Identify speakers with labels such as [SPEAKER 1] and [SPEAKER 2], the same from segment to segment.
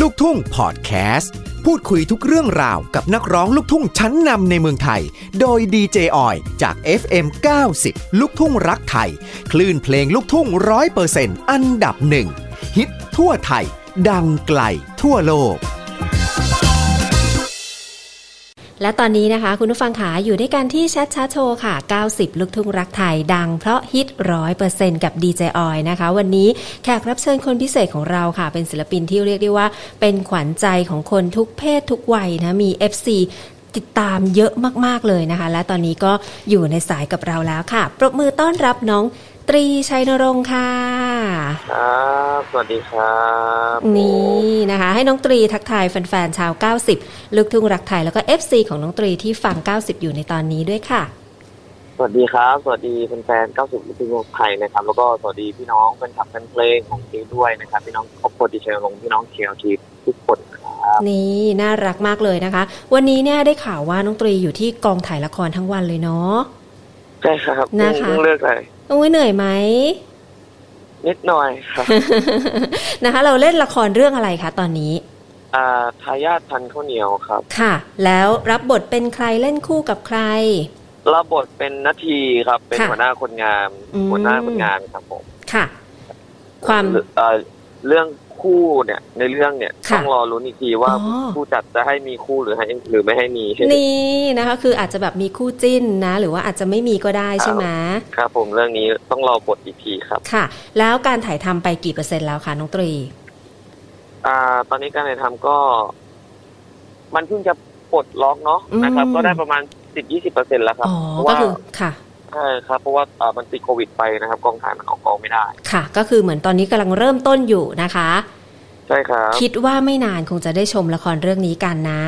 [SPEAKER 1] ลูกทุ่งพอดแคสต์ พูดคุยทุกเรื่องราวกับนักร้องลูกทุ่งชั้นนำในเมืองไทย โดยดีเจออยจาก FM 90 ลูกทุ่งรักไทย คลื่นเพลงลูกทุ่งร้อยเปอร์เซ็นต์อันดับหนึ่งฮิตทั่วไทย ดังไกลทั่วโลก
[SPEAKER 2] และตอนนี้นะคะ คุณผู้ฟังขาอยู่ด้วยกันที่แชทช้าโชว์ค่ะ 90 ลูกทุ่งรักไทยดังเพราะฮิตร้อยเปอร์เซนต์กับดีเจออยนะคะ วันนี้แขกรับเชิญคนพิเศษของเราค่ะ เป็นศิลปินที่เรียกได้ว่า เป็นขวัญใจของคนทุกเพศทุกวัยนะมี FC ติดตามเยอะมาก ๆ เลยนะคะ และตอนนี้ก็อยู่ในสายกับเราแล้วค่ะ ปรบมือต้อนรับน้องตรีชัยนรงค์ค่ะ
[SPEAKER 3] ครับ สวัสดีครับ
[SPEAKER 2] นี่นะคะ ให้น้องตรีทักทายแฟนๆชาว 90 ลูกทุ่งรักไทยแล้วก็ FC ของน้องตรีที่ฟัง 90 อยู่ในตอนนี้ด้วยค่ะ
[SPEAKER 3] สวัสดีครับ สวัสดีแฟนๆ90ลูกทุ่งโลกไทยนะครับ แล้วก็สวัสดีพี่น้องแฟนคลับแฟนเพลงของทีด้วยนะครับ พี่น้องครอบครัวดิฉันลงพี่น้องเชียวทีทุกคนครับ
[SPEAKER 2] นี่น่ารักมากเลยนะคะ วันนี้เนี่ยได้ข่าวว่าน้องตรีอยู่ที่กองถ่ายละครทั้งวันเลยเนาะ
[SPEAKER 3] ใช่ครับ
[SPEAKER 2] นะคะ
[SPEAKER 3] เพิ่งเลิกเลย
[SPEAKER 2] อุ้ยเหนื่อยไหม
[SPEAKER 3] นิดหน่อยครับ
[SPEAKER 2] นะคะ เราเล่นละครเรื่องอะไรคะตอนนี้
[SPEAKER 3] อ่าทายาทพันธุ์ข้าวเหนียวครับ
[SPEAKER 2] ค่ะ แล้วรับบทเป็นใครเล่นคู่กับใคร
[SPEAKER 3] รับบทเป็นนาทีครับ เป็น
[SPEAKER 2] ค่ะ
[SPEAKER 3] หัวหน้าคนงาน
[SPEAKER 2] อืม
[SPEAKER 3] หัวหน้าคนงานครับผม
[SPEAKER 2] ค่ะ ความ
[SPEAKER 3] เอ่อเรื่องคู่เนี่ยในเรื่องเนี่ย
[SPEAKER 2] ค่ะ
[SPEAKER 3] ต้องรอรุ้นอีกทีว่า
[SPEAKER 2] อ๋อ
[SPEAKER 3] ผู้จัดจะให้มีคู่หรือให้หรือไม่ให้มี
[SPEAKER 2] นี่นะคะ คืออาจจะแบบมีคู่จิ้นนะ หรือว่าอาจจะไม่มีก็ได้ใช่ไหม
[SPEAKER 3] ครับผมเรื่องนี้ต้องรอบทอีกทีครับ
[SPEAKER 2] ค่ะ แล้วการถ่ายทำไปกี่เปอร์เซ็นต์แล้วคะน้องตรี
[SPEAKER 3] อ่า ตอนนี้การถ่ายทำก็ มันเพิ่งจะปลดล็อกเนาะนะครับ
[SPEAKER 2] อืม
[SPEAKER 3] ก็ได้ประมาณสิบยี่สิบเปอร์เซ็นแล้วครับ
[SPEAKER 2] อ๋อ
[SPEAKER 3] เพราะ
[SPEAKER 2] ก็
[SPEAKER 3] ว่า
[SPEAKER 2] คือค่ะ
[SPEAKER 3] ใช่ครับเพราะว่าอ่ามันติดโควิดไปนะครับกองถ่ายมันออกกองไม่ได้
[SPEAKER 2] ค่ะ ก็คือเหมือนตอนนี้กำลังเริ่มต้นอยู่นะคะ
[SPEAKER 3] ใช่ครับ
[SPEAKER 2] คิดว่าไม่นานคงจะได้ชมละครเรื่องนี้กันนะ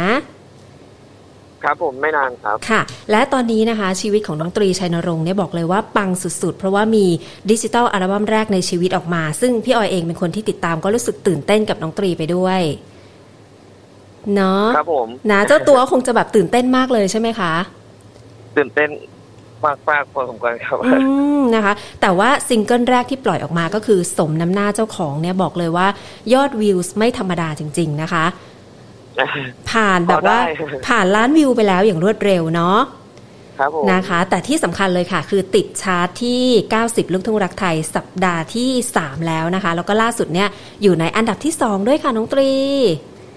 [SPEAKER 3] ครับ ผมไม่นานครับ
[SPEAKER 2] ค่ะ และตอนนี้นะคะ ชีวิตของน้องตรีชัยนรงค์เนี่ยบอกเลยว่าปังสุดๆ เพราะว่ามีดิจิทัลอัลบั้มแรกในชีวิตออกมา ซึ่งพี่ออยเองเป็นคนที่ติดตามก็รู้สึกตื่นเต้นกับน้องตรีไปด้วยเนาะ
[SPEAKER 3] ครับผม
[SPEAKER 2] นะเจ้าตัวก็คงจะแบบตื่นเต้นมากเลยใช่ไหมคะ
[SPEAKER 3] ตื่นเต้นมากมากๆพอสมควรครับ
[SPEAKER 2] อืมนะคะ แต่ว่าซิงเกิลแรกที่ปล่อยออกมาก็คือสมน้ำหน้าเจ้าของเนี่ยบอกเลยว่ายอดวิวส์ไม่ธรรมดาจริง ๆ นะคะ ผ่านแบบว่า
[SPEAKER 3] พอได้
[SPEAKER 2] ผ่านล้านวิวไปแล้วอย่างรวดเร็วเนาะ
[SPEAKER 3] ครับผม
[SPEAKER 2] นะคะ แต่ที่สำคัญเลยค่ะ คือติดชาร์ตที่ 90 ลูกทุ่งรักไทยสัปดาห์ที่ 3 แล้วนะคะ แล้วก็ล่าสุดเนี่ยอยู่ในอันดับที่ 2 ด้วยค่ะน้องตรี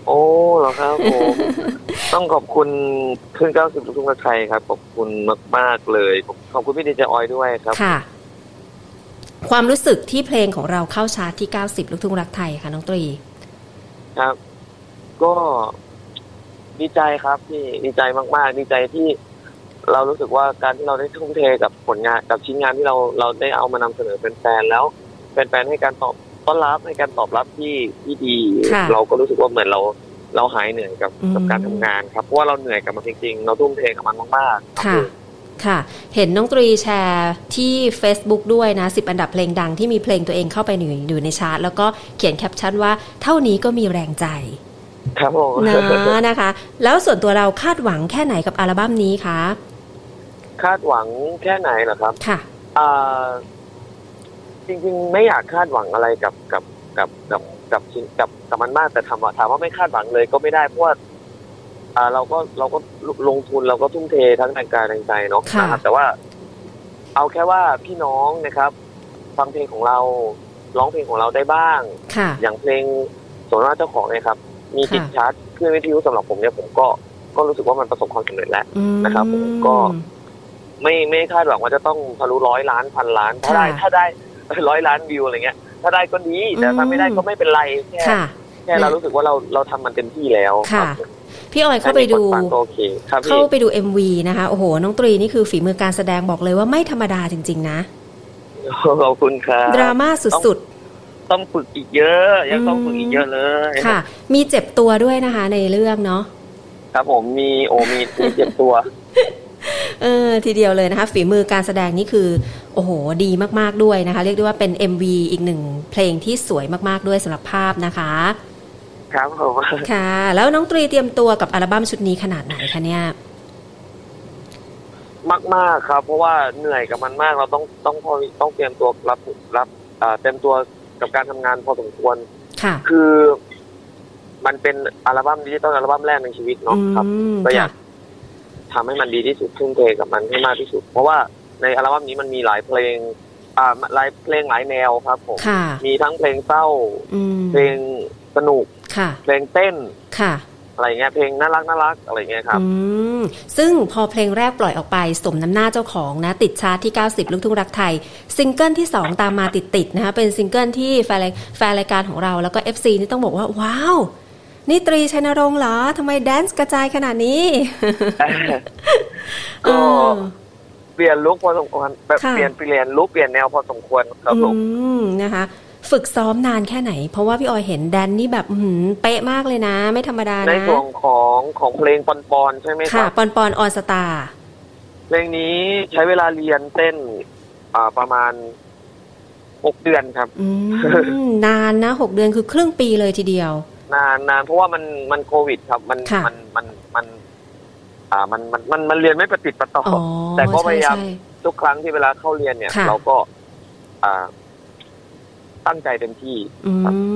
[SPEAKER 3] โอ้เหรอครับผม ต้องขอบคุณเครื่องเก้าสิบลูกทุ่งกระไทยครับ ขอบคุณมาก ๆ เลยผมขอบคุณพี่ดีเจออยด้วยครับ
[SPEAKER 2] ค่ะ ความรู้สึกที่เพลงของเราเข้าชาร์ตที่ 90 ลูกทุ่งรักไทยค่ะน้องตรี
[SPEAKER 3] ครับ ก็ดีใจครับพี่ดีใจมาก ๆ ดีใจที่เรารู้สึกว่าการที่เราได้ทุ่มเทกับผลงานกับชิ้นงานที่เราเราได้เอามานำเสนอแฟนๆแล้วแฟนๆให้การตอบต้อนรับให้การตอบรับที่ที่ดี
[SPEAKER 2] ค่ะ
[SPEAKER 3] เราก็รู้สึกว่าเหมือนเรา เราหายเหนื่อยกับ
[SPEAKER 2] อืม
[SPEAKER 3] กับการทำงาน ครับเพราะว่าเราเหนื่อยกับมันจริง ๆ เราทุ่มเทกับมันมากๆ
[SPEAKER 2] ค่ะ ค่ะ เห็นน้องตรีแชร์ที่ Facebook ด้วยนะ 10 อันดับเพลงดังที่มีเพลงตัวเองเข้าไปอยู่อยู่ในชาร์ตแล้วก็เขียนแคปชั่นว่าเท่านี้ก็มีแรงใจ
[SPEAKER 3] ครับผม
[SPEAKER 2] นะนะคะ แล้วส่วนตัวเราคาดหวังแค่ไหนกับอัลบั้มนี้คะ
[SPEAKER 3] คาดหวังแค่ไหนเหรอครับ
[SPEAKER 2] ค่ะ
[SPEAKER 3] อ่าจริง ๆ ไม่อยากคาดหวังอะไรกับกับกับกับกับชิ้นกับกับมันมากแต่ถามว่าถามว่าไม่คาดหวังเลยก็ไม่ได้เพราะว่าอ่าเราก็เราก็ลงทุนเราก็ทุ่มเททั้งทางกายทางใจเนาะ
[SPEAKER 2] ค่ะ
[SPEAKER 3] นะครับแต่ว่า เอาแค่ว่าพี่น้องนะครับ ฟังเพลงของเราร้องเพลงของเราได้บ้าง
[SPEAKER 2] ค่ะ
[SPEAKER 3] อย่างเพลงสมราเจ้าของเนี่ยครับ มีติด
[SPEAKER 2] ค่ะ
[SPEAKER 3] ชาร์ตขึ้นวิทยุสำหรับผมเนี่ยผมก็ก็รู้สึกว่ามันประสบความสำเร็จแล้ว
[SPEAKER 2] อืม
[SPEAKER 3] นะครับผมก็ ไม่ไม่คาดหวังว่าจะต้องทะลุร้อยล้านพันล้าน ถ้าได้
[SPEAKER 2] ค่ะ
[SPEAKER 3] ถ้า ได้ร้อยล้านวิวอะไรเงี้ย ถ้าได้ก็ดีแต่ถ้าไม่ได้
[SPEAKER 2] อืม
[SPEAKER 3] ก็ไม่เป็นไรแค่
[SPEAKER 2] ค่ะ
[SPEAKER 3] แค่เรารู้สึกว่าเราเราทำมันเต็มที่แล้ว
[SPEAKER 2] ค่ะ
[SPEAKER 3] รับผม
[SPEAKER 2] พี่ออยเข้าไปดู
[SPEAKER 3] ถ้มีคนฟังก็โอเคครับ
[SPEAKER 2] เข้า
[SPEAKER 3] พี่
[SPEAKER 2] ไปดู MV นะคะ โอ้โห น้องตรีนี่คือฝีมือการแสดงบอกเลยว่าไม่ธรรมดาจริง ๆ นะ
[SPEAKER 3] ขอบคุณครับ
[SPEAKER 2] ดราม่าสุด
[SPEAKER 3] ต้องฝึกอีกเยอะ ยังต้องฝึกอีกเยอะเลย
[SPEAKER 2] ๆ ค่ะ มีเจ็บตัวด้วยนะคะในเรื่องเนาะ
[SPEAKER 3] ครับผมมีโอมีมีเจ็บตัว
[SPEAKER 2] เออทีเดียวเลยนะคะ ฝีมือการแสดงนี่คือ โอ้โห ดีมาก ๆ ด้วยนะคะ เรียกได้ว่าเป็น MV อีกหนึ่งเพลงที่สวยมาก ๆ ด้วยสำหรับภาพนะคะ
[SPEAKER 3] ครับผม
[SPEAKER 2] ค่ะ แล้วน้องตรีเตรียมตัวกับอัลบั้มชุดนี้ขนาดไหนคะเนี่ย
[SPEAKER 3] มากมากๆครับ เพราะว่าเหนื่อยกับมันมากเราต้องต้องพอต้องเตรียมตัวรับรับอ่าเต็มตัวกับการทำงานพอสมควร
[SPEAKER 2] ค่ะ
[SPEAKER 3] คือ มันเป็นอัลบั้มดิจิตอลอัลบั้มแรกในชีวิตเนาะ
[SPEAKER 2] อื
[SPEAKER 3] ครับ
[SPEAKER 2] ม
[SPEAKER 3] ก็อยา
[SPEAKER 2] ค่ะ
[SPEAKER 3] กทำให้มันดีที่สุดทุ่มเทกับมันให้มากที่สุด เพราะว่าในอัลบั้มนี้มันมีหลายเพลง อ่าหลายเพลงหลายแนวครับผม
[SPEAKER 2] ค่ะ
[SPEAKER 3] มีทั้งเพลงเศร้า
[SPEAKER 2] อืม
[SPEAKER 3] เพลงสนุก
[SPEAKER 2] ค่ะ
[SPEAKER 3] เพลงเต้น
[SPEAKER 2] ค่ะ
[SPEAKER 3] อะไรเงี้ยเพลงน่ารักน่ารักอะไรเงี้ยครับ
[SPEAKER 2] อืม ซึ่งพอเพลงแรกปล่อยออกไป สมน้ำหน้าเจ้าของนะ ติดชาร์ตที่ 90 ลูกทุ่งรักไทย ซิงเกิลที่ 2 ตามมาติด ๆ นะคะ เป็นซิงเกิลที่แฟนรายแฟนรายการของเราแล้วก็ FC นี่ต้องบอกว่า ว้าว นี่ตรีชัยนรงค์เหรอทำไมแดนซ์กระจายขนาดนี้
[SPEAKER 3] ก็ เปลี่ยนลุคพอสมควรแบบ
[SPEAKER 2] ค่ะ
[SPEAKER 3] เปลี่ยนเปลี่ยนลุคเปลี่ยนแนวพอสมควรครับผม
[SPEAKER 2] อืมนะคะ ฝึกซ้อมนานแค่ไหน เพราะว่าพี่ออยเห็นแดนนี่แบบอื้อหือเป๊ะมากเลยนะ ไม่ธรรมดา
[SPEAKER 3] ใน
[SPEAKER 2] นะ
[SPEAKER 3] ส่วนของของเพลงปอนปอนๆใช่ไหมค
[SPEAKER 2] ค่ะ
[SPEAKER 3] รับ
[SPEAKER 2] ปอนปอนออนสตาร์
[SPEAKER 3] เพลงนี้ใช้เวลาเรียนเต้น อ่าประมาณหกเดือนครับ
[SPEAKER 2] อื ม นานนะหกเดือนคือครึ่งปีเลยทีเดียว
[SPEAKER 3] นานนานเพราะว่ามันมันโควิดครับ มัน
[SPEAKER 2] ค่ะ
[SPEAKER 3] มันมันมัน อ่ามันมันมันมันเรียนไม่ประติดประต่อ
[SPEAKER 2] อ๋อ
[SPEAKER 3] อแต่ก็พ
[SPEAKER 2] ใช่
[SPEAKER 3] ยายาม
[SPEAKER 2] ใช่
[SPEAKER 3] ทุกครั้งที่เวลาเข้าเรียนเนี่ย
[SPEAKER 2] ค่ะ
[SPEAKER 3] เราก็ อ่า ตั้งใจเต็มที่
[SPEAKER 2] อื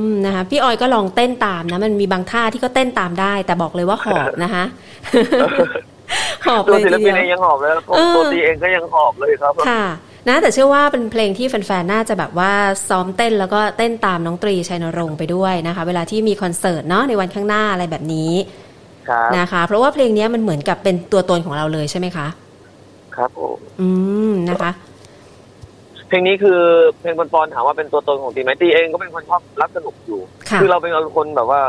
[SPEAKER 2] มนะคะ พี่ออยก็ลองเต้นตามนะ มันมีบางท่าที่ก็เต้นตามได้ แต่บอกเลยว่าหอบนะคะ หอบเล
[SPEAKER 3] ตัวยศิ
[SPEAKER 2] ที
[SPEAKER 3] ลปิน
[SPEAKER 2] เดี
[SPEAKER 3] เอย ง
[SPEAKER 2] ว
[SPEAKER 3] ยังหอบเลยครับผม
[SPEAKER 2] เออ
[SPEAKER 3] ตัวตีเองก็ยังหอบเลยครับ
[SPEAKER 2] ค่ะ นะ แต่เชื่อว่าเป็นเพลงที่แฟนๆ น่าจะแบบว่าซ้อมเต้นแล้วก็เต้นตามน้องตรีชัยนรงค์ไปด้วยนะคะ เวลาที่มีคอนเสิร์ตเนาะในวันข้างหน้าอะไรแบบนี้
[SPEAKER 3] ครับ
[SPEAKER 2] นะคะ เพราะว่าเพลงเนี้ยมันเหมือนกับเป็นตัวตนของเราเลยใช่ไหมคะ
[SPEAKER 3] ครับผม
[SPEAKER 2] อืมนะคะ
[SPEAKER 3] เพลงนี้คือเพลงปอนปอนๆถามว่าเป็นตัวตนของตีไหมตีเองก็เป็นคนชอบรับสนุกอยู่
[SPEAKER 2] ค่ะ
[SPEAKER 3] คือเราเป็นคนแบบว่า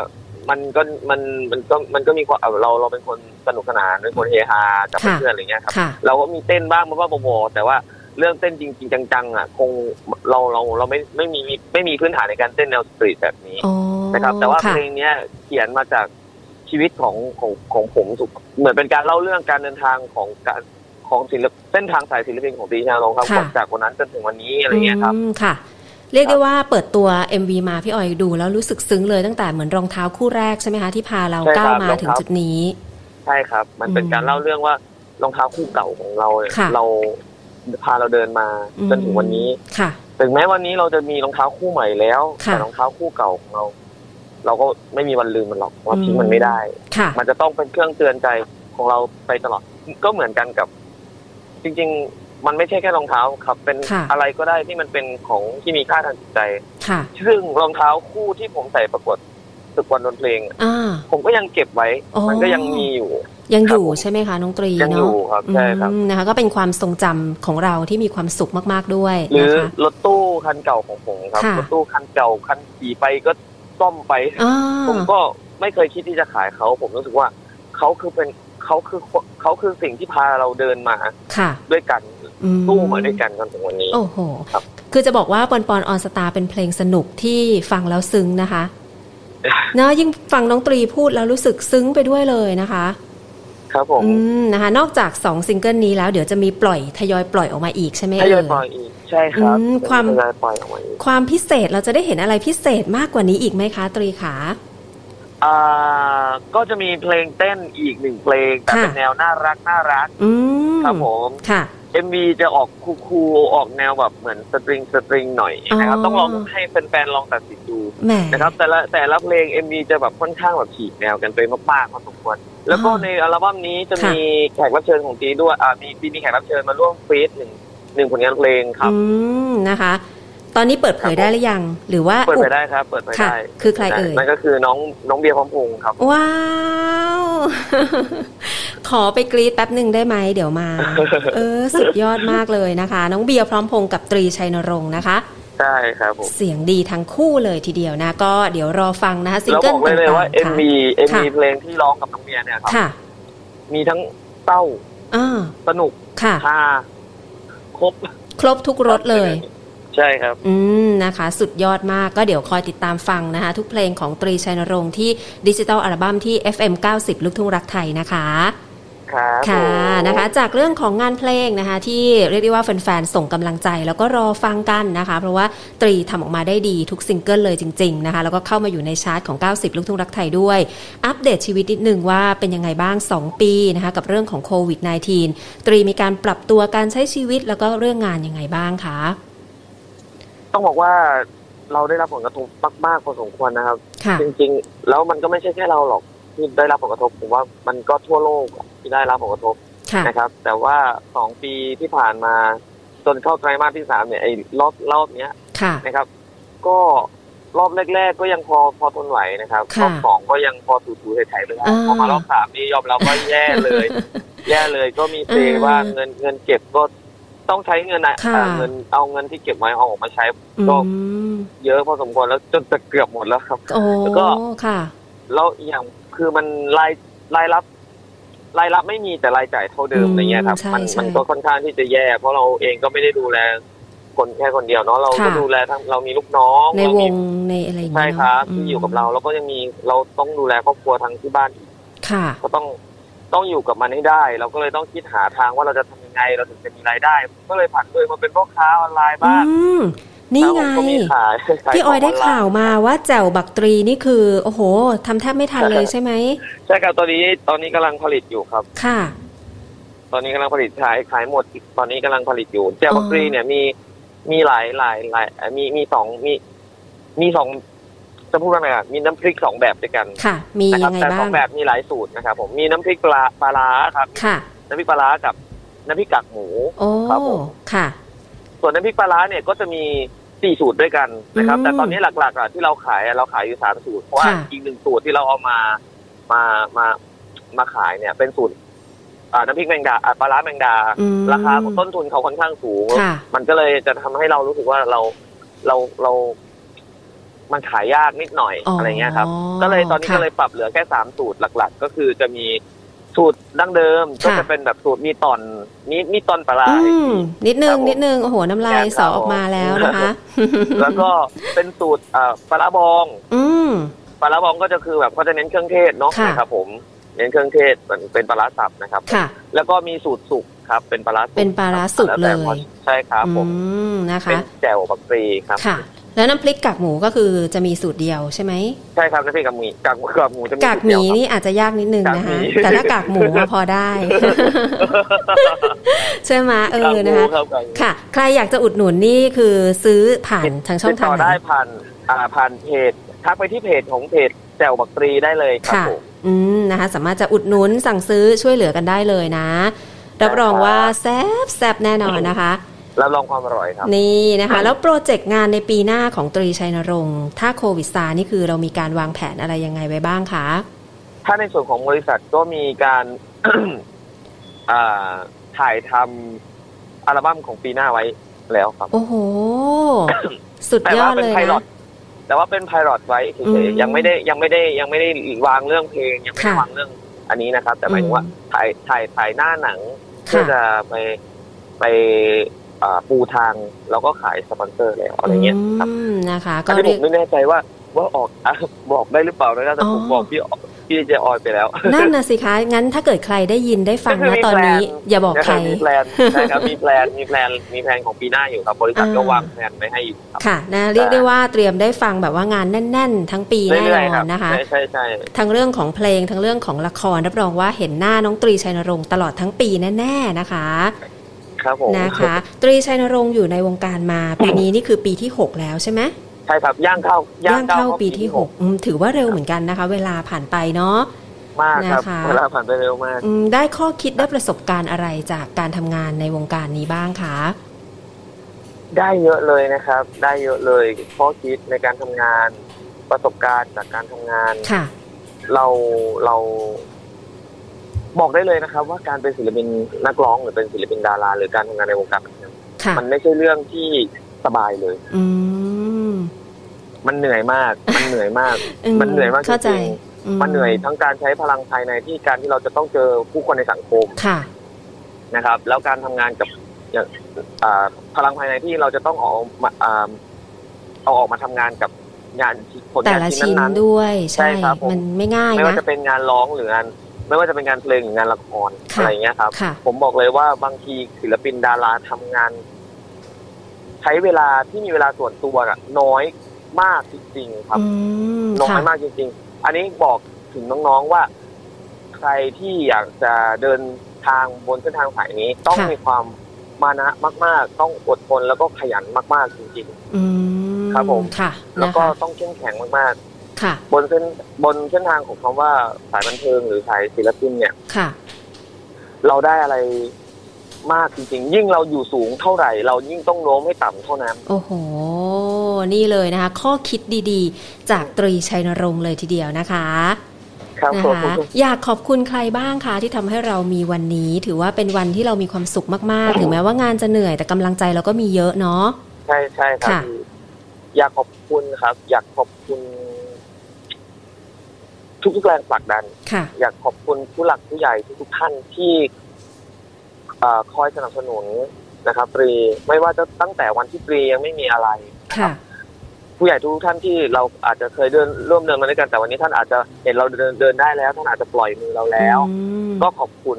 [SPEAKER 3] มันก็มันมันก็มันก็มีความเอาเราเราเป็นคนสนุกสนานเป็นคนเฮฮากับ
[SPEAKER 2] ค่ะ
[SPEAKER 3] เพื่อนๆอะไรเงี้ยครับ
[SPEAKER 2] ค่ะ
[SPEAKER 3] เราก็มีเต้นบ้างมาบ้างบอๆแต่ว่าเรื่องเต้นจริง ๆ จังๆอ่ะคงเราเราเราไม่ไม่มีไม่มีพื้นฐานในการเต้นแนวสตรีทแบบนี้
[SPEAKER 2] อ๋อ
[SPEAKER 3] นะครับ แต่ว่า
[SPEAKER 2] ค่ะ
[SPEAKER 3] เพลงเนี้ยเขียนมาจากชีวิตของของของผมถูกเหมือนเป็นการเล่าเรื่องการเดินทางของการของศิลปเส้นทางสายศิลปินของตีชาลงครับ
[SPEAKER 2] ค่ะ
[SPEAKER 3] ก่อนจากวันนั้นจนถึงวันนี้อะไรเงี้ยครับ
[SPEAKER 2] อืมค่ะ เรียกได้ว่าเปิดตัว MV มาพี่ออยดูแล้วรู้สึกซึ้งเลยตั้งแต่เหมือนรองเท้าคู่แรกใช่ไหมคะที่พาเรา
[SPEAKER 3] ใช่ครับ
[SPEAKER 2] ก้าวมาร
[SPEAKER 3] อง
[SPEAKER 2] ถึง
[SPEAKER 3] เท้า
[SPEAKER 2] จุดนี้
[SPEAKER 3] ใช่ครับ มันเป็น
[SPEAKER 2] อืม
[SPEAKER 3] การเล่าเรื่องว่ารองเท้าคู่เก่าของเราเนี่ย
[SPEAKER 2] ค่ะ
[SPEAKER 3] เราพาเราเดินมาจนถึงวันนี้
[SPEAKER 2] ค่ะ
[SPEAKER 3] ถึงแม้วันนี้เราจะมีรองเท้าคู่ใหม่แล้ว
[SPEAKER 2] ค่ะ
[SPEAKER 3] แต่รองเท้าคู่เก่าของเรา เราก็ไม่มีวันลืมมันหรอกเรา
[SPEAKER 2] อืม
[SPEAKER 3] ทิ้งมันไม่ได้
[SPEAKER 2] ค่ะ
[SPEAKER 3] มันจะต้องเป็นเครื่องเตือนใจของเราไปตลอด ก็เหมือนกันกับ จริง ๆ มันไม่ใช่แค่รองเท้าครับ เป็น
[SPEAKER 2] ค่ะ
[SPEAKER 3] อะไรก็ได้ที่มันเป็นของที่มีค่าทางจิตใจ
[SPEAKER 2] ค่ะ
[SPEAKER 3] ซึ่งรองเท้าคู่ที่ผมใส่ประกวดศึกวันดนเพลง
[SPEAKER 2] อ่า
[SPEAKER 3] ผมก็ยังเก็บไว้
[SPEAKER 2] อ๋อ
[SPEAKER 3] มันก็ยังมีอยู่
[SPEAKER 2] ยัง
[SPEAKER 3] ค
[SPEAKER 2] อ
[SPEAKER 3] รับ
[SPEAKER 2] ยู่
[SPEAKER 3] ผม
[SPEAKER 2] ใช่ไหมคะน้องตรี
[SPEAKER 3] ยังอ
[SPEAKER 2] เนาะ
[SPEAKER 3] ยู่ครับใช่ครับ
[SPEAKER 2] อืมนะคะ ก็เป็นความทรงจำของเราที่มีความสุขมากๆด้วย
[SPEAKER 3] หรื
[SPEAKER 2] นะ
[SPEAKER 3] อ
[SPEAKER 2] คะ
[SPEAKER 3] รถตู้คันเก่าของผมครับ
[SPEAKER 2] ค่ะ
[SPEAKER 3] รถตู้คันเก่าคันขี่ไปก็ซ่อมไป
[SPEAKER 2] อ่า
[SPEAKER 3] ผมก็ไม่เคยคิดที่จะขายเขา ผมรู้สึกว่าเขาคือเป็นเขาคือเขาคือสิ่งที่พาเราเดินมา
[SPEAKER 2] ค่ะ
[SPEAKER 3] ด้วยกัน
[SPEAKER 2] อื
[SPEAKER 3] สู้มาด้วยกันจนถึงวันนี้
[SPEAKER 2] โอ้โห
[SPEAKER 3] ครับ
[SPEAKER 2] คือจะบอกว่าปอนปอนออนสตาเป็นเพลงสนุกที่ฟังแล้วซึ้ง นะคะ เนาะยิ่งฟังน้องตรีพูดแล้วรู้สึกซึ้งไปด้วยเลยนะคะ
[SPEAKER 3] ครับผม
[SPEAKER 2] อืมนะคะ นอกจาก2ซิงเกิลนี้แล้วเดี๋ยวจะมีปล่อยทยอยปล่อยออกมาอีกใช่ไหม
[SPEAKER 3] ทยอย
[SPEAKER 2] เ
[SPEAKER 3] ปล่อยอีกใช่ครับ
[SPEAKER 2] อืมความ
[SPEAKER 3] ทยอยปล่อยออกมาอีก
[SPEAKER 2] ความพิเศษเราจะได้เห็นอะไรพิเศษมากกว่านี้อีกไหมคะ ตรีขา
[SPEAKER 3] อ่าก็จะมีเพลงเต้นอีกหนึ่งเพลงแต่
[SPEAKER 2] ค่ะ
[SPEAKER 3] เป็นแนวน่ารักน่ารัก
[SPEAKER 2] อืม
[SPEAKER 3] ครับผม
[SPEAKER 2] ค่ะ
[SPEAKER 3] เอ็มวีจะออกคูลๆออกแนวแบบเหมือนสตริงสตริงหน่อยนะครับ
[SPEAKER 2] อ๋อ
[SPEAKER 3] ต้องลองให้แฟนๆลองตัดสินดู
[SPEAKER 2] แหม
[SPEAKER 3] นะครับแต่ละแต่ละเพลง MV จะแบบค่อนข้างแบบฉีกแนวกันไปมากๆพอสมควรแล้วก็
[SPEAKER 2] อ่า
[SPEAKER 3] ในอัลบั้มนี้จะ
[SPEAKER 2] ค่ะ
[SPEAKER 3] มีแขกรับเชิญของตีด้วยอ่ามีตีมีแขกรับเชิญมาร่วมฟีดหนึ่งหนึ่งผลงานเพลงครับ
[SPEAKER 2] อืมนะคะ ตอนนี้เปิดเผยได้หรือยัง หรือว่า
[SPEAKER 3] เปิดเผย
[SPEAKER 2] อุ๊
[SPEAKER 3] ได้ครับ เปิดเผยได้
[SPEAKER 2] ค่ะคือใครเอ่ย
[SPEAKER 3] นั่นก็คือน้องน้องเบียร์พร้อมพงษ์ครับ
[SPEAKER 2] บว้าว ขอไปกรีดแป๊บหนึ่งได้ไหมเดี๋ยวมา เออ สุดยอดมากเลยนะคะ น้องเบียร์พร้อมพงษ์กับตรีชัยนรงค์นะคะ
[SPEAKER 3] ใช่ครับผม
[SPEAKER 2] เสียงดีทั้งคู่เลยทีเดียวนะ ก็เดี๋ยวรอฟังนะคะซิง
[SPEAKER 3] เรา
[SPEAKER 2] เกิ
[SPEAKER 3] บ
[SPEAKER 2] ล
[SPEAKER 3] อกเลยเลยว่า
[SPEAKER 2] ต่าง
[SPEAKER 3] MV
[SPEAKER 2] ค่ะ
[SPEAKER 3] MV เพลงที่ร้องกับน้องเบียร์เนี่ย
[SPEAKER 2] ๆ
[SPEAKER 3] ครับ
[SPEAKER 2] ค่ะ
[SPEAKER 3] มีทั้งเต้า
[SPEAKER 2] อ่า
[SPEAKER 3] สนุก
[SPEAKER 2] ค่ะ
[SPEAKER 3] ฮาครบ
[SPEAKER 2] ครบทุกรสเลย
[SPEAKER 3] ใช่ครับ
[SPEAKER 2] อืมนะคะ สุดยอดมากก็เดี๋ยวคอยติดตามฟังนะคะ ทุกเพลงของตรีชัยนรงค์ที่ดิจิทัลอัลบั้มที่ FM 90 ลูกทุ่งรักไทยนะคะ
[SPEAKER 3] ครับ
[SPEAKER 2] ค่ะ
[SPEAKER 3] ผม
[SPEAKER 2] นะคะ จากเรื่องของงานเพลงนะคะ ที่เรียกได้ว่าแฟนๆส่งกำลังใจ แล้วก็รอฟังกันนะคะ เพราะว่าตรีทำออกมาได้ดีทุกซิงเกิลเลยจริงๆนะคะ แล้วก็เข้ามาอยู่ในชาร์ตของ 90 ลูกทุ่งรักไทยด้วย อัปเดตชีวิตนิดนึงว่าเป็นยังไงบ้าง 2 ปีนะคะ กับเรื่องของโควิด -19 ตรีมีการปรับตัวการใช้ชีวิตแล้วก็เรื่องงานยังไงบ้างคะ
[SPEAKER 3] ต้องบอกว่า เราได้รับผลกระทบมากๆพอสมควรนะครับ
[SPEAKER 2] ค่ะ
[SPEAKER 3] จริงๆ แล้วมันก็ไม่ใช่แค่เราหรอกที่ได้รับผลกระทบผมว่ามันก็ทั่วโลกที่ได้รับผลกระทบ
[SPEAKER 2] ค่ะ
[SPEAKER 3] นะครับ แต่ว่าสองปีที่ผ่านมาจนเข้าไตรมาสที่สามเนี่ยไอ้รอบรอบเนี้ย
[SPEAKER 2] ค่ะ
[SPEAKER 3] นะครับ ก็รอบแรก ๆ ก็ยังพอพอทนไหวนะครับ
[SPEAKER 2] ค่ะ
[SPEAKER 3] รอบสองก็ยังพอถูๆไถๆไปได้
[SPEAKER 2] อ่า
[SPEAKER 3] พอมารอบสามนี่ยอมรับว่าแย่เลย แย่เลยก็มีเซ
[SPEAKER 2] อ่า
[SPEAKER 3] ว่าเงินเงินเก็บก็ต้องใช้เงินอะ
[SPEAKER 2] ค่ะ
[SPEAKER 3] อ่าเงินเอาเงินที่เก็บไว้เอาออกมาใช้
[SPEAKER 2] อื
[SPEAKER 3] ก็
[SPEAKER 2] ม
[SPEAKER 3] เยอะพอสมควรแล้วจนจะเกือบหมดแล้วครับ
[SPEAKER 2] โอ้
[SPEAKER 3] แล้วก็
[SPEAKER 2] ค่ะ
[SPEAKER 3] แล้วอีกอย่างคือมันรายรายรับ รายรับไม่มีแต่รายจ่ายเท่าเดิม
[SPEAKER 2] อืม
[SPEAKER 3] อะไรเงี้ยครับ
[SPEAKER 2] ใช่
[SPEAKER 3] มัน
[SPEAKER 2] ใช่
[SPEAKER 3] มันก็ค่อนข้างที่จะแย่ เพราะเราเองก็ไม่ได้ดูแลคนแค่คนเดียวเนาะเราก็
[SPEAKER 2] ค่ะ
[SPEAKER 3] ดูแลทั้งเรามีลูกน้อง
[SPEAKER 2] ใน
[SPEAKER 3] เรา
[SPEAKER 2] ว
[SPEAKER 3] มี
[SPEAKER 2] งในอะไรอย่าง
[SPEAKER 3] ใช่
[SPEAKER 2] เงี้ย
[SPEAKER 3] ครับ
[SPEAKER 2] ม
[SPEAKER 3] ที่อยู่กับเรา แล้วก็ยังมีเราต้องดูแลครอบครัวทั้งที่บ้านอีก
[SPEAKER 2] ค่ะ
[SPEAKER 3] ก็ต้องต้องอยู่กับมันให้ได้ เราก็เลยต้องคิดหาทางว่าเราจะทำยังไง เราถึงจะมีรายได้ผมก็เลยผันตัวเองมาเป็นพ่อค้าออนไลน์
[SPEAKER 2] อื
[SPEAKER 3] บ้าง
[SPEAKER 2] ม นี่
[SPEAKER 3] แล้ว
[SPEAKER 2] ไง
[SPEAKER 3] ผมก็มีขาย ขาย
[SPEAKER 2] พี่ออยได้
[SPEAKER 3] ขงนลน์
[SPEAKER 2] ข่าวมาว่าแจ่วบักตรีนี่คือ โอ้โหทำแทบไม่ทันเลยใช่ไหม
[SPEAKER 3] ใช่ครับตอนนี้ตอนนี้กำลังผลิตอยู่ครับ
[SPEAKER 2] ค่ะ
[SPEAKER 3] ตอนนี้กำลังผลิตขายขายหมดตอนนี้กำลังผลิตอยู่เจลบักกรี
[SPEAKER 2] อ๋อ
[SPEAKER 3] เนี่ยมีมีหลายหลายหลายเอ่อมีมีสองมีมีสองจะพูดว่าไงอ่ะมีน้ำพริกสองแบบด้วยกัน
[SPEAKER 2] ค่ะ มี
[SPEAKER 3] นะค
[SPEAKER 2] ยั
[SPEAKER 3] รั
[SPEAKER 2] งไง
[SPEAKER 3] แต่ส
[SPEAKER 2] บ้า
[SPEAKER 3] อง
[SPEAKER 2] ง
[SPEAKER 3] แบบมีหลายสูตรนะครับผมมีน้ำพริกปลาปลาร้าครับ
[SPEAKER 2] ค่ะ
[SPEAKER 3] น้ำพริกปลาร้ากับน้ำพริกกากหมู
[SPEAKER 2] โอ้
[SPEAKER 3] ครับผม
[SPEAKER 2] ค่ะ
[SPEAKER 3] ส่วนน้ำพริกปลาร้าเนี่ยก็จะมีสี่สูตรด้วยกันนะครับ
[SPEAKER 2] อืม
[SPEAKER 3] แต่ตอนนี้หลักๆอ่ะที่เราขายอ่ะเราขายอยู่สามสูตรเพราะว่า
[SPEAKER 2] ค่ะ
[SPEAKER 3] อีกหนึ่งสูตรที่เราเอามามามามาขายเนี่ย เป็นสูตรอ่าน้ำพริกแมงดาอ่ะปลาร้าแมงดา
[SPEAKER 2] อืม
[SPEAKER 3] ราคาของต้นทุนเขาค่อนข้างสูง
[SPEAKER 2] ค่ะ
[SPEAKER 3] มันก็เลยจะทำให้เรารู้สึกว่าเราเราเรา มันขายยากนิดหน่อยอะไรเงี้ยครับ ก็เลยตอนนี้
[SPEAKER 2] ค่ะ
[SPEAKER 3] ก็เลยปรับเหลือแค่สามสูตรหลัก ๆ ก็คือจะมีสูตรดั้งเดิม
[SPEAKER 2] ค่ะ
[SPEAKER 3] ก็จะเป็นแบบสูตรมีตอนมีมีตอนปลาร้า
[SPEAKER 2] อื
[SPEAKER 3] อีก
[SPEAKER 2] ม
[SPEAKER 3] ที
[SPEAKER 2] นิดนึ
[SPEAKER 3] ครั
[SPEAKER 2] ง
[SPEAKER 3] บผม
[SPEAKER 2] นิดนึง โอ้โห น้ำลาย
[SPEAKER 3] แอบ
[SPEAKER 2] สอ
[SPEAKER 3] เอา
[SPEAKER 2] ออกมาแล้วนะคะ
[SPEAKER 3] แล้วก็เป็นสูตรเอ่อปลาร้าบอง
[SPEAKER 2] อืม
[SPEAKER 3] ปลาร้าบองก็จะคือแบบเขาจะเน้นเครื่องเทศเนาะ
[SPEAKER 2] ค่ะ
[SPEAKER 3] นะครับผมเน้นเครื่องเทศเหมือนเป็นปลาร้าสับนะครับ
[SPEAKER 2] ค่ะ
[SPEAKER 3] แล้วก็มีสูตรสุกครับ เป็นปลาร้าสุก
[SPEAKER 2] เป็นปลาร้าสุก
[SPEAKER 3] แวแต่
[SPEAKER 2] เลย
[SPEAKER 3] คนใช่ครับผม
[SPEAKER 2] อืม นะ
[SPEAKER 3] เป็
[SPEAKER 2] คะ
[SPEAKER 3] นแจ่วบักปรีครับ
[SPEAKER 2] ค่ะ แล้วน้ำพริกกากหมูก็คือจะมีสูตรเดียวใช่ไหม
[SPEAKER 3] ใช่ครับน้ำพริกกากหมูกากหมูกากหมูจะมี
[SPEAKER 2] กากหมี
[SPEAKER 3] สูตรเดียว
[SPEAKER 2] นี่อาจจะยากนิดนึงนะคะ
[SPEAKER 3] กากหมี
[SPEAKER 2] แต่ถ้ากากห มูอะพอได้ ใช่ไหมเอ
[SPEAKER 3] ครับ
[SPEAKER 2] อนะคะ
[SPEAKER 3] กากหมูรับกากหมู
[SPEAKER 2] ค่ะ ใครอยากจะอุดหนุนนี่คือซื้อผ่านทางช่องทาง
[SPEAKER 3] ติดต่อ
[SPEAKER 2] ไหน
[SPEAKER 3] ได้ผ่านอ่าผ่านเพจทักไปที่เพจของเพจแจ่วบักปรีได้เลยครับ
[SPEAKER 2] ค่ะ
[SPEAKER 3] ผม
[SPEAKER 2] อืมนะคะ สามารถจะอุดหนุนสั่งซื้อช่วยเหลือกันได้เลยนะ รับรองว่าแซบแซบแน่นอนนะคะ
[SPEAKER 3] รับรองความอร่อยครับ
[SPEAKER 2] นี่นะคะ แล้วโปรเจกต์งานในปีหน้าของตรีชัยนรงค์ ถ้าโควิดซานี่คือเรามีการวางแผนอะไรยังไงไว้บ้างคะ
[SPEAKER 3] ถ้าในส่วนของบริษัทก็มีการ อ่าถ่ายทำอัลบั้มของปีหน้าไว้แล้วครับ
[SPEAKER 2] โอ้โห สุด
[SPEAKER 3] แต่
[SPEAKER 2] ยอ
[SPEAKER 3] ว่า
[SPEAKER 2] ด
[SPEAKER 3] เป็น
[SPEAKER 2] เลย
[SPEAKER 3] ไพลอ
[SPEAKER 2] นะ
[SPEAKER 3] ตแต่ว่าเป็นไพลอตไว้
[SPEAKER 2] อืม
[SPEAKER 3] เฉยๆยังไม่ได้ยังไม่ได้ยังไม่ได้วางเรื่องเพลงยังไม่ได้
[SPEAKER 2] ค่ะ
[SPEAKER 3] วางเรื่องอันนี้นะครับ แต่หมายถึงว่า
[SPEAKER 2] อืม
[SPEAKER 3] ถ่ายถ่ายถ่ายหน้าหนัง
[SPEAKER 2] ค่ะ
[SPEAKER 3] เพื่อจะไปไปอ่าปูทางแล้วก็ขายสปอนเซอร์แล้วอะไรเงี้ยครับ
[SPEAKER 2] อืมนะคะ
[SPEAKER 3] อั
[SPEAKER 2] ก็
[SPEAKER 3] นนี้ผ
[SPEAKER 2] เรียก
[SPEAKER 3] มไม่แน่ใจว่าว่าออกอ่ะบอกได้หรือเปล่านะครับแต่ผม
[SPEAKER 2] อ๋อ
[SPEAKER 3] บอกพี่พี่เจออยไปแล้ว
[SPEAKER 2] นั่นนะสิคะ งั้นถ้าเกิดใครได้ยินได้ฟังนะ
[SPEAKER 3] ก็คือมี
[SPEAKER 2] ตอนนี้
[SPEAKER 3] แพลน
[SPEAKER 2] อย่าบอก
[SPEAKER 3] นะ
[SPEAKER 2] ใคร
[SPEAKER 3] มีแพลนใช่ครับมีแพลนมีแพลนมีแพลนของปีหน้าอยู่ครับ บริษัทก็
[SPEAKER 2] อ่า
[SPEAKER 3] วางแพลนไว้ให้อยู่ครับ
[SPEAKER 2] ค่ะนะเรียกได้ว่าเตรียมได้ฟังแบบว่างานแน่น ๆ ทั้งปีแน่
[SPEAKER 3] เรื่
[SPEAKER 2] น
[SPEAKER 3] อย
[SPEAKER 2] อ
[SPEAKER 3] ๆครั
[SPEAKER 2] น
[SPEAKER 3] บ
[SPEAKER 2] นะคะ
[SPEAKER 3] ใช่ใช่ใช่
[SPEAKER 2] ทั้งเรื่องของเพลงทั้งเรื่องของละครรับรองว่าเห็นหน้าน้องตรีชัยนรงค์ตลอดทั้งปีแน่ๆนะคะ
[SPEAKER 3] ครับผม
[SPEAKER 2] นะคะ ตรีชัยนรงค์อยู่ในวงการมาปีนี้นี่คือปีที่ 6 แล้วใช่ไหม
[SPEAKER 3] ใช่ครับย่างเข้า
[SPEAKER 2] ย่างเข้าปีที่
[SPEAKER 3] ห
[SPEAKER 2] ห
[SPEAKER 3] ก
[SPEAKER 2] กอืมถือว่าเร็วเหมือนกันนะคะ เวลาผ่านไปเนาะ
[SPEAKER 3] มากครับ
[SPEAKER 2] นะคะ
[SPEAKER 3] เวลาผ่านไปเร็วมาก
[SPEAKER 2] อืมได้ข้อคิดได้ประสบการณ์อะไรจากการทำงานในวงการนี้บ้างคะ
[SPEAKER 3] ได้เยอะเลยนะครับ ได้เยอะเลยข้อคิดในการทำงานประสบการณ์จากการทำงาน
[SPEAKER 2] ค่ะ
[SPEAKER 3] เราเรา บอกได้เลยนะครับ ว่าการเป็นศิลปินนักร้องหรือเป็นศิลปินดาราหรือการทำงานในวงการบันเทิง
[SPEAKER 2] ค่ะ
[SPEAKER 3] มันไม่ใช่เรื่องที่สบายเลย
[SPEAKER 2] อืม
[SPEAKER 3] มันเหนื่อยมาก มันเหนื่อยมาก มันเหนื่อยมาก
[SPEAKER 2] เข้าใจ
[SPEAKER 3] จริง มันเหนื่อยทั้งการใช้พลังภายในที่การที่เราจะต้องเจอผู้คนในสังคม
[SPEAKER 2] ค่ะ
[SPEAKER 3] นะครับแล้วการทำงานกับอย่างอ่าพลังภายในที่เราจะต้องเอามาอ่าเอาออกมาทำงานกับงานผล
[SPEAKER 2] แต่
[SPEAKER 3] งาน
[SPEAKER 2] ละ
[SPEAKER 3] ชิ้น
[SPEAKER 2] ชิ้น
[SPEAKER 3] นั้น
[SPEAKER 2] ด้วย
[SPEAKER 3] ใช่
[SPEAKER 2] ใช่
[SPEAKER 3] ครับผม
[SPEAKER 2] มันไม่ง่าย
[SPEAKER 3] ๆไม่ว่า
[SPEAKER 2] นะ
[SPEAKER 3] จะเป็นงานร้องหรืองานไม่ว่าจะเป็นงานเพลงหรืองานละคร
[SPEAKER 2] ค่ะ
[SPEAKER 3] อะไรเงี้ยครับ
[SPEAKER 2] ค่ะ
[SPEAKER 3] ผมบอกเลยว่าบางทีศิลปินดาราทำงาน ใช้เวลาที่มีเวลาส่วนตัวน่ะน้อยมากจริงๆครับ
[SPEAKER 2] อืม
[SPEAKER 3] น้อ
[SPEAKER 2] ค่ะ
[SPEAKER 3] ยมากจริงๆ อันนี้บอกถึงน้องๆว่า ใครที่อยากจะเดินทางบนเส้นทางสายนี้ ต้อง
[SPEAKER 2] ค่ะ
[SPEAKER 3] มีความมานะมาก ๆ ต้องอดทนแล้วก็ขยันมาก ๆ จริง
[SPEAKER 2] อืม
[SPEAKER 3] ครับผม
[SPEAKER 2] ค่ะ
[SPEAKER 3] แล้ว
[SPEAKER 2] นะ
[SPEAKER 3] ก็
[SPEAKER 2] คะ
[SPEAKER 3] ต้องเข้มแข็งมาก
[SPEAKER 2] ค่ะ
[SPEAKER 3] ๆ บนเส้นบนเส้นทางของคำว่าสายบันเทิงหรือสายศิลปินเนี่ย
[SPEAKER 2] ค่ะ
[SPEAKER 3] เราได้อะไรมากจริงๆ ยิ่งเราอยู่สูงเท่าไหร่ เรายิ่งต้องโน้มให้ต่ำเท่านั้น
[SPEAKER 2] โอ้โห นี่เลยนะคะ ข้อคิดดีๆ จากตรีชัยนรงค์เลยทีเดียวนะคะ
[SPEAKER 3] ครับ
[SPEAKER 2] นะ
[SPEAKER 3] ผม
[SPEAKER 2] คะอยากขอบคุณใครบ้างคะที่ทำให้เรามีวันนี้ ถือว่าเป็นวันที่เรามีความสุขมากๆ ถึงแม้ว่างานจะเหนื่อยแต่กำลังใจเราก็มีเยอะเนาะ
[SPEAKER 3] ใช่ใช่ครับ
[SPEAKER 2] ค่ะ
[SPEAKER 3] พี่อยากขอบคุณครับ อยากขอบคุณ ทุกๆแรงผลักดัน
[SPEAKER 2] ค่ะ
[SPEAKER 3] อยากขอบคุณผู้หลักผู้ใหญ่ทุกๆท่านที่เอ่อคอยสนับสนุนนะครับตรีไม่ว่าจะตั้งแต่วันที่ตรียังไม่มีอะไร
[SPEAKER 2] ค่ะ
[SPEAKER 3] ผู้ใหญ่ทุกๆท่านที่เราอาจจะเคยเดินร่วมเดินมาด้วยกันแต่วันนี้ท่านอาจจะเห็นเราเดินเดินได้แล้วท่านอาจจะปล่อยมือเราแล้ว
[SPEAKER 2] อืม
[SPEAKER 3] ก็ขอบคุณ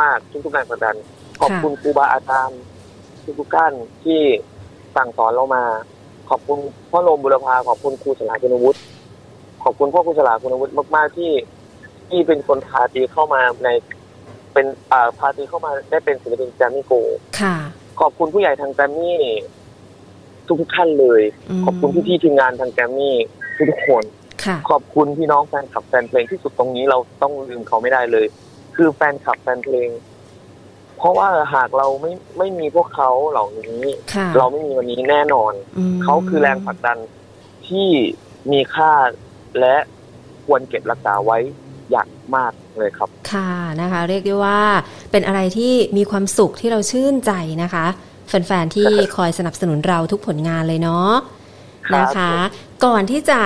[SPEAKER 3] มาก ๆ ทุกๆแรงผลักดัน ขอบคุณครูบาอาจารย์ทุกๆท่านที่สั่งสอนเรามา ขอบคุณพ่อลมบุรพาขอบคุณครูสลาคุณวุฒิขอบคุณพ่อครูสลาคุณวุฒิมาก ๆ ที่ที่เป็นคนพาตีเข้ามาใน เป็นอ่าพาตีเข้ามาได้เป็นศิลปินแจมมี่โกลด์
[SPEAKER 2] ค่ะ
[SPEAKER 3] ขอบคุณผู้ใหญ่ทางแจมมี่ทุกๆท่านเลย
[SPEAKER 2] ม
[SPEAKER 3] ขอบคุณพี่ๆทีมงานทางแจมมี่ทุกๆคน
[SPEAKER 2] ค่ะ
[SPEAKER 3] ขอบคุณพี่น้องแฟนคลับแฟนเพลงที่สุดตรงนี้เราต้องลืมเขาไม่ได้เลย คือแฟนคลับแฟนเพลง เพราะว่าหากเราไม่ไม่มีพวกเขาเหล่านี้
[SPEAKER 2] ค่ะ
[SPEAKER 3] เราไม่มีวันนี้แน่นอน
[SPEAKER 2] อืม
[SPEAKER 3] เขาคือแรงผลักดันที่มีค่าและควรเก็บรักษาไว้อย่างมากเลยครับ
[SPEAKER 2] ค่ะนะคะ เรียกได้ว่า เป็นอะไรที่มีความสุขที่เราชื่นใจนะคะ แฟนๆ ที่คอยสนับสนุนเราทุกผลงานเลยเนาะ
[SPEAKER 3] ครับ
[SPEAKER 2] นะคะ ก่อนที่จะ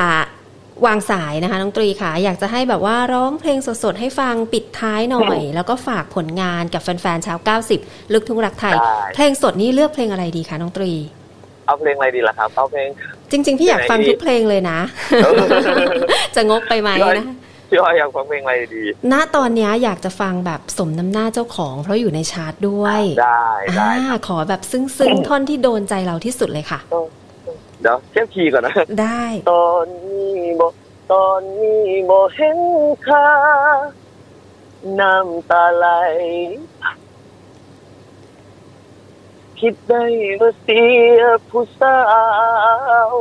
[SPEAKER 2] วางสายนะคะน้องตรีค่ะ อยากจะให้แบบว่าร้องเพลงสดๆ ให้ฟังปิดท้ายหน่อย แล้วก็ฝากผลงานกับแฟนๆชาว 90 ลึกทุ่งรักไทย
[SPEAKER 3] ได้
[SPEAKER 2] เพลงสดนี้เลือกเพลงอะไรดีคะน้องตรี
[SPEAKER 3] เอาเพลงอะไรดีล่ะครับ เอาเพลง
[SPEAKER 2] จริง ๆ พี่อยากฟังทุกเพลงเลย นะ
[SPEAKER 3] เออ
[SPEAKER 2] จะงกไปไหมนะ
[SPEAKER 3] พี่อ้อยอยากฟังเพลงอะไรดี
[SPEAKER 2] ณตอนเนี้ยอยากจะฟังแบบสมน้ำหน้าเจ้าของ เพราะอยู่ในชาร์ตด้วย
[SPEAKER 3] ได้ได้
[SPEAKER 2] อ่าขอแบบซึ้งๆ ท่อนที่โดนใจเราที่สุดเลยค่ะ
[SPEAKER 3] เดี๋ยวเทียบคีย์ก่อนนะ
[SPEAKER 2] ได้
[SPEAKER 3] ตอนนี้บ่ตอนนี้บ่เห็นค่าน้ำตาไหล คิดได้ว่าเสียผู้สาว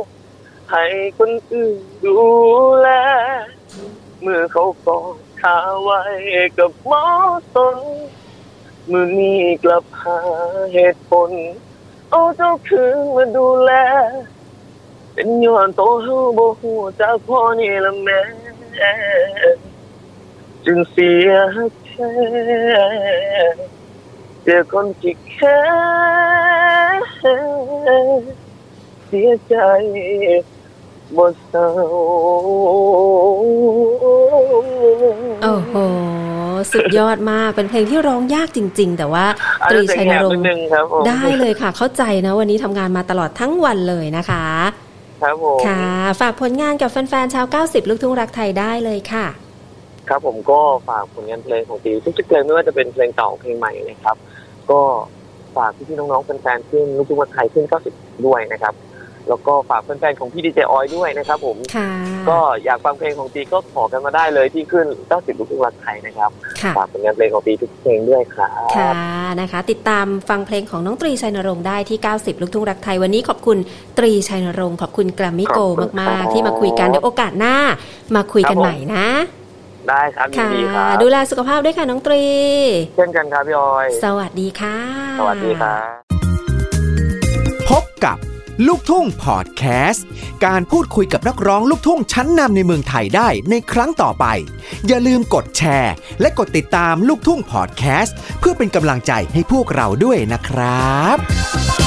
[SPEAKER 3] ให้คนอื่นดูแล เมื่อเขากอดขาไว้กับหมอสนมือนี้กลับหาเหตุผล เอาเจ้าคืนมาดูแล เป็นย้อนโตเฮาบ่ฮู้จักพ่อนี่ละแม่จึงเสียแค่เสียคนที่แค่เสียใจบ่เศร้า
[SPEAKER 2] โอ้โห สุดยอดมาก เป็นเพลงที่ร้องยากจริง ๆ แต่ว่า
[SPEAKER 3] อัน
[SPEAKER 2] ตรี
[SPEAKER 3] นี้เป็น
[SPEAKER 2] ชัย
[SPEAKER 3] แห
[SPEAKER 2] น
[SPEAKER 3] บ
[SPEAKER 2] รง
[SPEAKER 3] นิ
[SPEAKER 2] ค์
[SPEAKER 3] ดนึงครับผม
[SPEAKER 2] ได้เลยค่ะ เข้าใจนะ วันนี้ทำงานมาตลอดทั้งวันเลยนะคะ
[SPEAKER 3] ครับผม
[SPEAKER 2] ค่ะ ฝากผลงานกับแฟนๆ ชาว 90 ลูกทุ่งรักไทยได้เลยค่ะ
[SPEAKER 3] ครับผมก็ฝากผลงานเพลงของปีทุกๆเพลงไม่ว่าจะเป็นเพลงเก่าเพลงใหม่นะครับ ก็ฝากพี่ๆน้องๆแฟนๆขึ้นลูกทุ่งวันไทยขึ้น90ด้วยนะครับ แล้วก็ฝากแฟนๆของพี่ดีเจออยด้วยนะครับ ผม
[SPEAKER 2] ค่ะ
[SPEAKER 3] ก็อยากฟังเพลงของตีก็ขอกันมาได้เลยที่ขึ้น90ลูกทุ่งวันไทยนะครับ
[SPEAKER 2] ค่ะ
[SPEAKER 3] ฝากผลงานเพลงของปีทุกเพลงด้วยครับ
[SPEAKER 2] ค่ะนะคะ ติดตามฟังเพลงของน้องตรีชัยนรงค์ได้ที่ 90 ลูกทุ่งรักไทยวันนี้ขอบคุณตรีชัยนรงค์ขอบคุณแกรมมี่โกลด์มากๆ ที่มาคุยกันเดี๋ยวโอกาสหน้า มาคุยกันใหม่นะ
[SPEAKER 3] ได้ครับยิน
[SPEAKER 2] ค่ะ
[SPEAKER 3] ดีครับ
[SPEAKER 2] ดูแลสุขภาพด้วยค่ะน้องตรี
[SPEAKER 3] เช่นกันครับพี่ออย
[SPEAKER 2] สวัสดีค่ะ
[SPEAKER 3] สวัสดีครับ
[SPEAKER 1] พบกับลูกทุ่งพอดแคสต์ การพูดคุยกับนักร้องลูกทุ่งชั้นนำในเมืองไทยได้ในครั้งต่อไป อย่าลืมกดแชร์ และกดติดตามลูกทุ่งพอดแคสต์ เพื่อเป็นกำลังใจให้พวกเราด้วยนะครับ